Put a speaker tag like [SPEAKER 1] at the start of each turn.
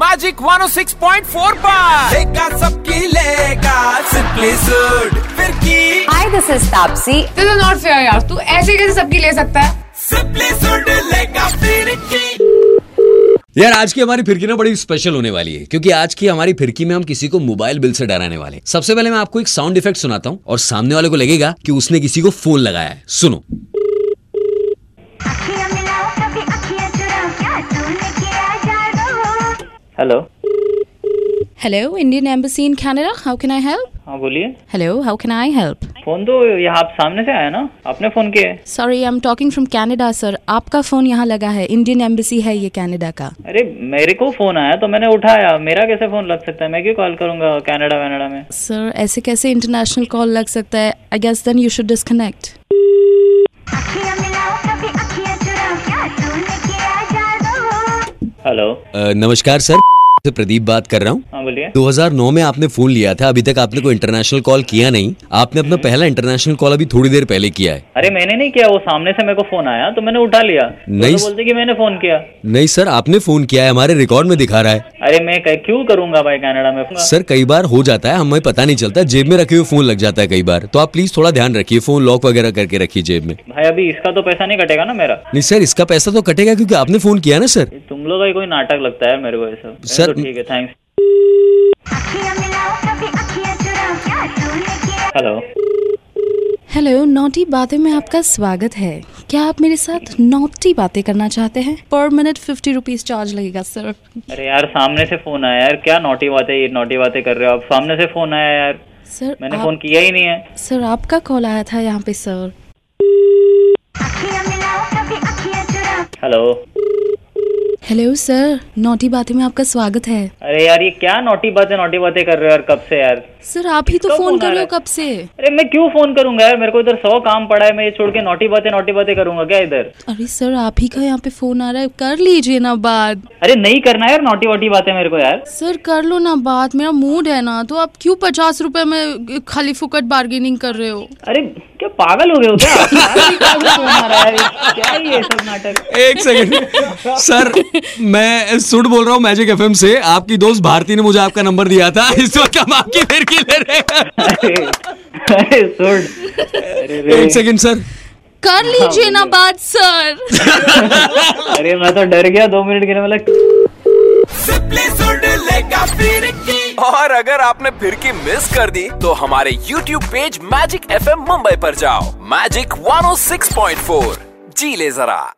[SPEAKER 1] Magic 106.4 पर
[SPEAKER 2] लेगा सबकी लेगा सिंपली सुड फिर की
[SPEAKER 3] Hi, this is Tapsi.
[SPEAKER 4] This is not fair तो यार तू ऐसे कैसे सबकी ले सकता है
[SPEAKER 2] सिंपली सुड लेगा फिर की
[SPEAKER 5] यार आज की हमारी फिरकी ना बड़ी स्पेशल होने वाली है क्योंकि आज की हमारी फिरकी में हम किसी को मोबाइल बिल से डराने वाले हैं। सबसे पहले मैं आपको एक साउंड इफेक्ट सुनाता हूँ और सामने वाले को लगेगा कि उसने किसी को फोन लगाया है सुनो
[SPEAKER 6] अखियाँ मिलाओ कभी अखियाँ चुराओ क्या तूने किया जादू
[SPEAKER 7] hello
[SPEAKER 8] Hello, Indian Embassy in Canada. How can I help?
[SPEAKER 7] हाँ बोलिए
[SPEAKER 8] Hello, how can I help?
[SPEAKER 7] Phone तो यहाँ आप सामने से आया ना आपने फोन किया है
[SPEAKER 8] Sorry, I'm talking from Canada, sir. आपका फोन यहाँ लगा है इंडियन एम्बेसी है ये कनाडा का
[SPEAKER 7] अरे मेरे को फोन आया तो मैंने उठाया मेरा कैसे फोन लग सकता है मैं क्यों कॉल करूंगा कनाडा वनाडा में
[SPEAKER 8] सर ऐसे कैसे इंटरनेशनल कॉल लग सकता है I guess then you should disconnect
[SPEAKER 6] अखियाँ मिलाओ कभी अखियाँ चुराओ क्या तूने किया जादू
[SPEAKER 7] हेलो
[SPEAKER 5] अ, नमस्कार सर से प्रदीप बात कर रहा हूँ
[SPEAKER 7] हाँ बोलिए
[SPEAKER 5] 2009 में आपने फोन लिया था अभी तक आपने कोई इंटरनेशनल कॉल किया नहीं आपने अपना पहला इंटरनेशनल कॉल अभी थोड़ी देर पहले किया है
[SPEAKER 7] अरे मैंने नहीं किया वो सामने से मेरे को फोन आया तो मैंने उठा लिया वो
[SPEAKER 5] नहीं।
[SPEAKER 7] तो बोलते कि मैंने फोन किया
[SPEAKER 5] नहीं सर आपने फोन किया है हमारे रिकॉर्ड में दिखा रहा है
[SPEAKER 7] अरे मैं क- क्यों करूंगा भाई कनाडा में
[SPEAKER 5] सर कई बार हो जाता है हमें पता नहीं चलता जेब में रखे हुए फोन लग जाता है कई बार तो आप प्लीज थोड़ा ध्यान रखिए फोन लॉक वगैरह करके रखिए जेब में
[SPEAKER 7] भाई अभी इसका तो पैसा नहीं कटेगा ना मेरा
[SPEAKER 5] नहीं सर इसका पैसा तो कटेगा क्योंकि आपने फोन किया ना सर
[SPEAKER 7] ये तुम लोग का ही कोई नाटक लगता है मेरे को ये सब
[SPEAKER 5] सर-
[SPEAKER 7] तो ठीक है थैंक्स
[SPEAKER 6] अखियाँ मिलाओ कभी अखियाँ चुराओ क्या तूने किया
[SPEAKER 7] हेलो
[SPEAKER 8] हेलो नोटी बातें में आपका स्वागत है क्या आप मेरे साथ नोटी बातें करना चाहते हैं पर मिनट फिफ्टी रुपीज चार्ज लगेगा सर
[SPEAKER 7] अरे यार सामने से फोन आया यार क्या नोटी बातें ये नोटी बातें कर रहे हो आप सामने से फोन आया यार
[SPEAKER 8] सर
[SPEAKER 7] मैंने फोन
[SPEAKER 8] आप,
[SPEAKER 7] किया ही नहीं है
[SPEAKER 8] सर आपका कॉल आया था यहाँ पे सर
[SPEAKER 6] अखियाँ मिलाओ कभी अखियाँ चुराओ
[SPEAKER 7] हेलो
[SPEAKER 8] हेलो सर नोटी बातें में आपका स्वागत है
[SPEAKER 7] अरे यार ये क्या नोटी बातें नोटी बातें कर रहे हो यार कब से यार
[SPEAKER 8] सर आप ही तो
[SPEAKER 7] इसका
[SPEAKER 8] फोन
[SPEAKER 7] फोन आ
[SPEAKER 8] कर रहे हो
[SPEAKER 7] रहा है।
[SPEAKER 8] कब से
[SPEAKER 7] अरे मैं क्यों फोन करूंगा यार मेरे को इधर सौ काम पड़ा है मैं ये छोड़ के नोटी बातें नोटी बातें करूंगा क्या इधर
[SPEAKER 8] अरे सर आप ही का यहाँ पे फोन आ रहा है कर लीजिए ना बात
[SPEAKER 7] अरे नहीं करना है यार नोटी वोटी बातें मेरे को यार
[SPEAKER 8] सर कर लो ना बात मेरा मूड है ना तो आप क्यों पचास रुपए में खाली फुकट बार्गेनिंग कर रहे हो
[SPEAKER 7] अरे क्या पागल हो गए हो क्या यार, ये क्या फोन आ रहा है यार? ये क्या है ये सब नाटक
[SPEAKER 5] एक सेकंड सर मैं सुड बोल रहा हूँ मैजिक एफएम से आपकी दोस्त भारती ने मुझे आपका नंबर दिया था इस वक्त हम आपकी फिर की ले रहे हैं
[SPEAKER 7] अरे अरे सुन अरे रे
[SPEAKER 5] एक सेकंड सर
[SPEAKER 8] कर लीजिए ना बात सर
[SPEAKER 7] अरे मैं तो डर गया दो मिनट के लिए मतलब
[SPEAKER 2] सिंपली सुड लेगा फिर की
[SPEAKER 1] और अगर आपने फिर की मिस कर दी तो हमारे YouTube page oh magic FM Mumbai पर जाओ मैजिक 106.4 जी ले जरा